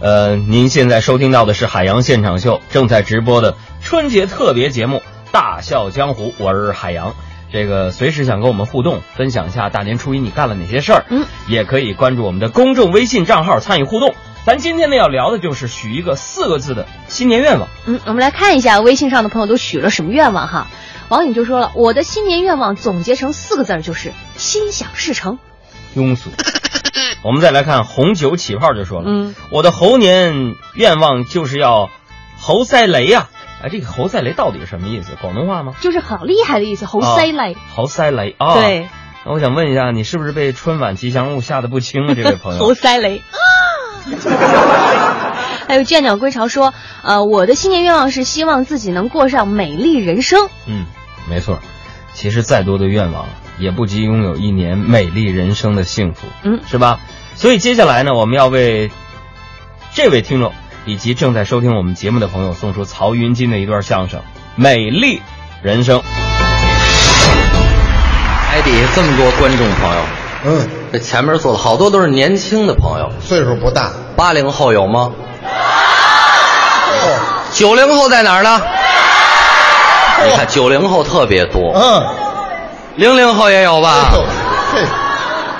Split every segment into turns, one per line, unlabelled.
呃，您现在收听到的是海洋现场秀正在直播的春节特别节目《大笑江湖》，我是海洋。这个随时想跟我们互动，分享一下大年初一你干了哪些事儿，
嗯，
也可以关注我们的公众微信账号参与互动。咱今天呢要聊的就是许一个四个字的新年愿望。
嗯，我们来看一下微信上的朋友都许了什么愿望哈。网友就说了，我的新年愿望总结成四个字儿就是心想事成。
庸 俗。我们再来看红酒起泡就说了，
嗯，
我的猴年愿望就是要猴赛雷呀、啊！哎，这个猴赛雷到底是什么意思？广东话吗？
就是好厉害的意思，猴塞
哦
雷。
猴赛雷啊！
对，
那我想问一下，你是不是被春晚吉祥物吓得不轻啊，这位朋友？
猴塞雷啊！ 还有倦鸟归巢说，呃，我的新年愿望是希望自己能过上美丽人生。
嗯，没错。其实再多的愿望，也不及拥有一年美丽人生的幸福，
嗯
是吧？所以接下来呢，我们要为这位听众以及正在收听我们节目的朋友送出曹云金的一段相声《美丽人生》。
台底下这么多观众朋友，
嗯，
这前面坐的好多都是年轻的朋友，
岁数不大，
八零后有吗？
哦
九零后在哪儿呢？你看九零后特别多，
嗯，哎
零零后也有吧？
嘿，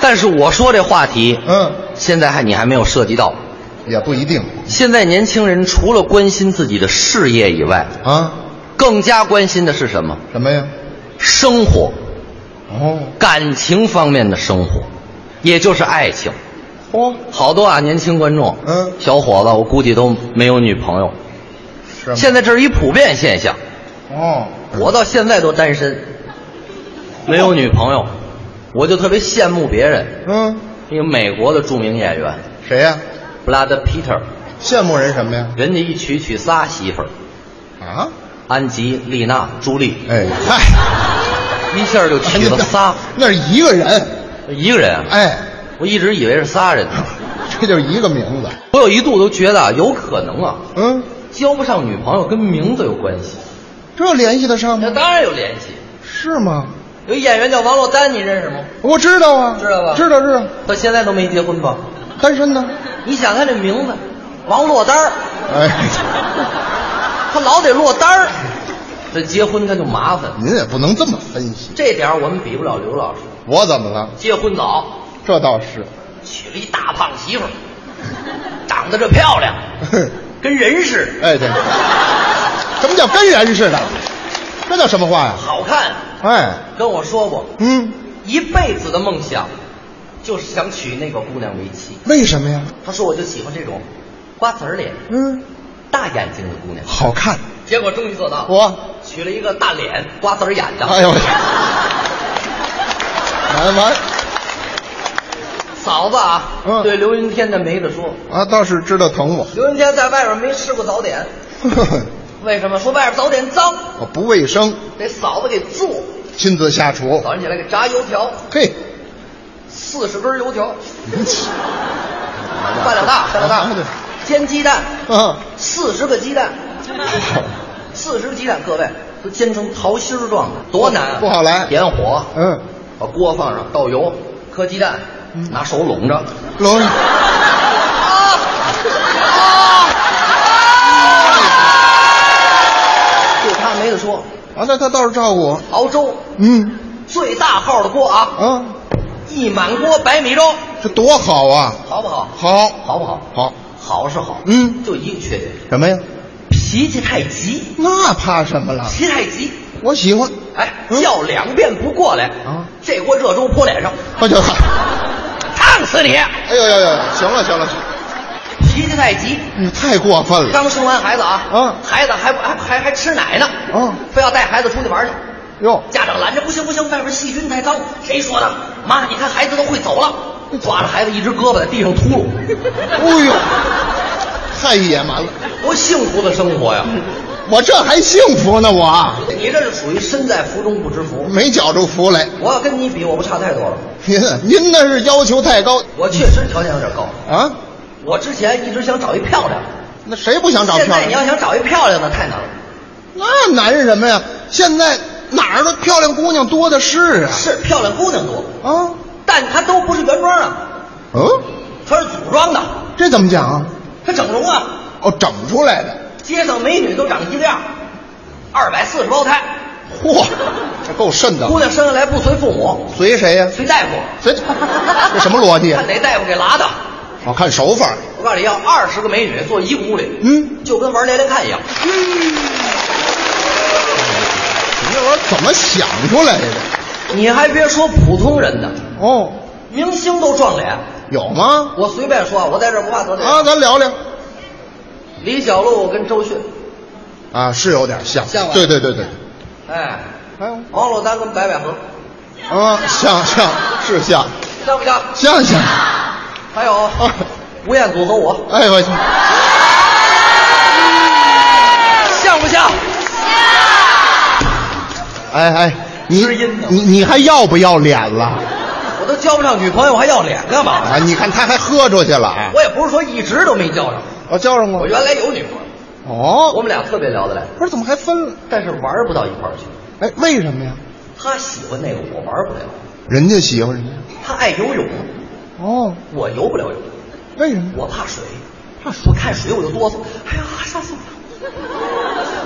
但是我说这话题，
嗯，
现在还你还没有涉及到。
也不一定
现在年轻人除了关心自己的事业以外，
啊，
更加关心的是什么？
什么呀？
生活，
哦，
感情方面的生活，也就是爱情。
嚯，
好多啊，年轻观众，
嗯
小伙子，我估计都没有女朋友。
是吗？
现在这是一普遍现象，
哦，
我到现在都单身，没有女朋友，我就特别羡慕别人。
嗯，
一个美国的著名演员
谁呀？
布拉德·皮特，
羡慕人什么呀？
人家一娶娶仨媳妇儿，
啊，
安吉、丽娜、朱莉，
哎， 嗨，
一下就娶了 仨，
那是一个人，
一个人啊，
哎，
我一直以为是仨人呢，
这就是一个名字，
我有一度都觉得啊有可能啊，
嗯，
交不上女朋友跟名字有关系，
这联系得上
那
吗？
当然有联系。
是吗？
有演员叫王珞丹，你认识吗？
我知道啊，
知道吧
知道知道，
到现在都没结婚吧？
单身呢，
你想他这名字，王珞丹儿，
哎，
他老得落单儿，这结婚他就麻烦。
您也不能这么分析，
这点儿我们比不了刘老师，
我怎么了？
结婚早，
这倒是，
娶了一大胖媳妇儿，长得这漂 亮，跟人似的，
哎，对，什么叫跟人似的？这叫什么话呀？
好看。
哎，
跟我说过，
嗯，
一辈子的梦想，就是想娶那个姑娘为妻。
为什么呀？
他说我就喜欢这种瓜子儿脸、
嗯，
大眼睛的姑娘，
好看。
结果终于做到了。
我，
娶了一个大脸瓜子儿眼的，
哎呦我，完完
嫂子啊，
嗯
对刘云天的没得说。
啊，倒是知道疼我，
刘云天在外边没吃过早点，为什么？说外边早点脏，
我不卫生，
得嫂子给做。
亲自下厨。
早上起来给炸油条，
嘿，
四十根油条，饭量大，饭量
啊对
大。煎鸡蛋，
啊，
四十个鸡蛋，四十个鸡蛋，各位都煎成桃心儿状的，多难啊！
不好来
点火，
嗯，
把锅放上，倒油，磕鸡蛋，拿手拢着。
龙，
就他没得说，
啊，那他倒是照顾我。
熬粥
嗯，
最大号的锅啊，
啊，
一满锅白米粥，
这多好啊！
好不好？
好，
好不好？
好，
好是好，
嗯
就一个缺点，
什么呀？
脾气太急，
那怕什么了？
脾气太急，
我喜欢。
哎，
嗯
叫两遍不过来
啊，
这锅热粥泼脸上，
我就，
烫死你！
哎呦呦呦，行了行了，行了
脾气太急，
你哎太过分了。
刚生完孩子啊，
嗯
孩子还不还还还吃奶呢，
嗯
非要带孩子出去玩去。
哟，
家长拦着，不行不行，外边细菌太脏。谁说的？妈，你看孩子都会走了，抓着孩子一只胳膊在地上秃噜，
哎呦，太野蛮了。
多幸福的生活呀！
我这还幸福呢，我
你这是属于身在福中不知福。
没觉着福来。
我要跟你比，我不差太多了。
您您那是要求太高
我确实条件有点高。
啊！
我之前一直想找一漂亮，
那谁不想长
现
漂
在你要
亮？
想找一漂亮的太难了。
那难是什么呀？现在哪儿的漂亮姑娘多的是啊！
是漂亮姑娘多，
啊，
但她都不是原装啊，
嗯，
全是组装的，
这怎么讲啊？
她整容啊
哦，整出来的，
街上美女都长一个样儿，二百四十胞胎，
嚯，这够瘆的
姑。娘生下来不随父母，
随谁呀、
随大夫，
随这什么逻辑啊
看？哪大夫给拉的。
我看手法。
我告诉你要二十个美女坐一个屋里，
嗯，
就跟玩连连看一样。
你这玩意儿怎么想出来的？
你还别说普通人呢，
哦，
明星都撞脸。
有吗？
我随便说啊，我在这儿不怕得罪人
啊，咱聊聊。
李小璐跟周迅，
啊，是有点像，
像吧
对对对对，
哎，
还有
王珞丹跟白百合，
啊，像像是像
像不像？
像像，
还有
啊
吴彦祖和我，
哎我
像不像？
哎哎，你
知音呢
你你还要不要脸了？
我都交不上女朋友，我还要脸干嘛
啊，你看他还喝出去了，啊
我也不是说一直都没交上，
我叫上
我
过。
原来有女朋友，我
哦，
们俩特别聊得来，
不是怎么还分了？
但是玩不到一块儿去。
哎，为什么呀？
她喜欢那个，我玩不了；
人家喜欢人家。
她爱游泳，
哦，
我游不了泳，
为什么？
我怕水，怕水，看水我就哆嗦，哎呀，吓死我了！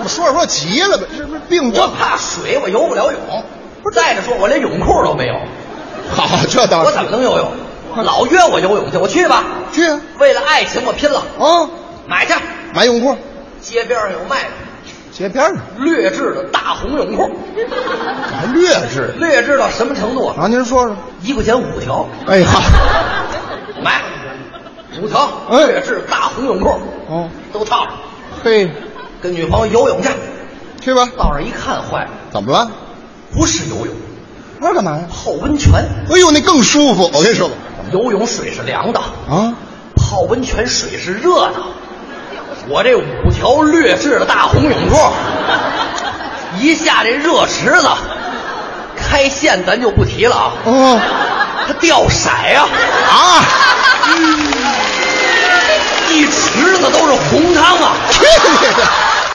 我说着说着急了呗，这不是病
我
症。
怕水，我游不了泳。不是，再者说，我连泳裤都没有，
好，啊这倒
我
是。
怎么能游泳？老约我游泳去，我去吧。
去啊？
为了爱情，我拼了，
哦，
买去。
买泳裤，
街边上有卖的
斜边上
劣质的大红泳裤，
还劣质
劣质到什么程度啊？
啊？您说说。
一块钱五条，
哎呀，
买五条
哎
劣质大红泳裤，
哦，
都套上，
嘿，
跟女朋友游泳去。
去吧。
到那儿一看，坏了，
怎么了？
不是游泳，
那干嘛呀？
泡温泉。
哎呦，那更舒服，我跟你说吧。
游泳水是凉的，
啊，
泡温泉水是热的。我这五条劣质的大红泳裤，一下这热池子，开线咱就不提了啊，
哦，
它掉色啊！
啊，
啊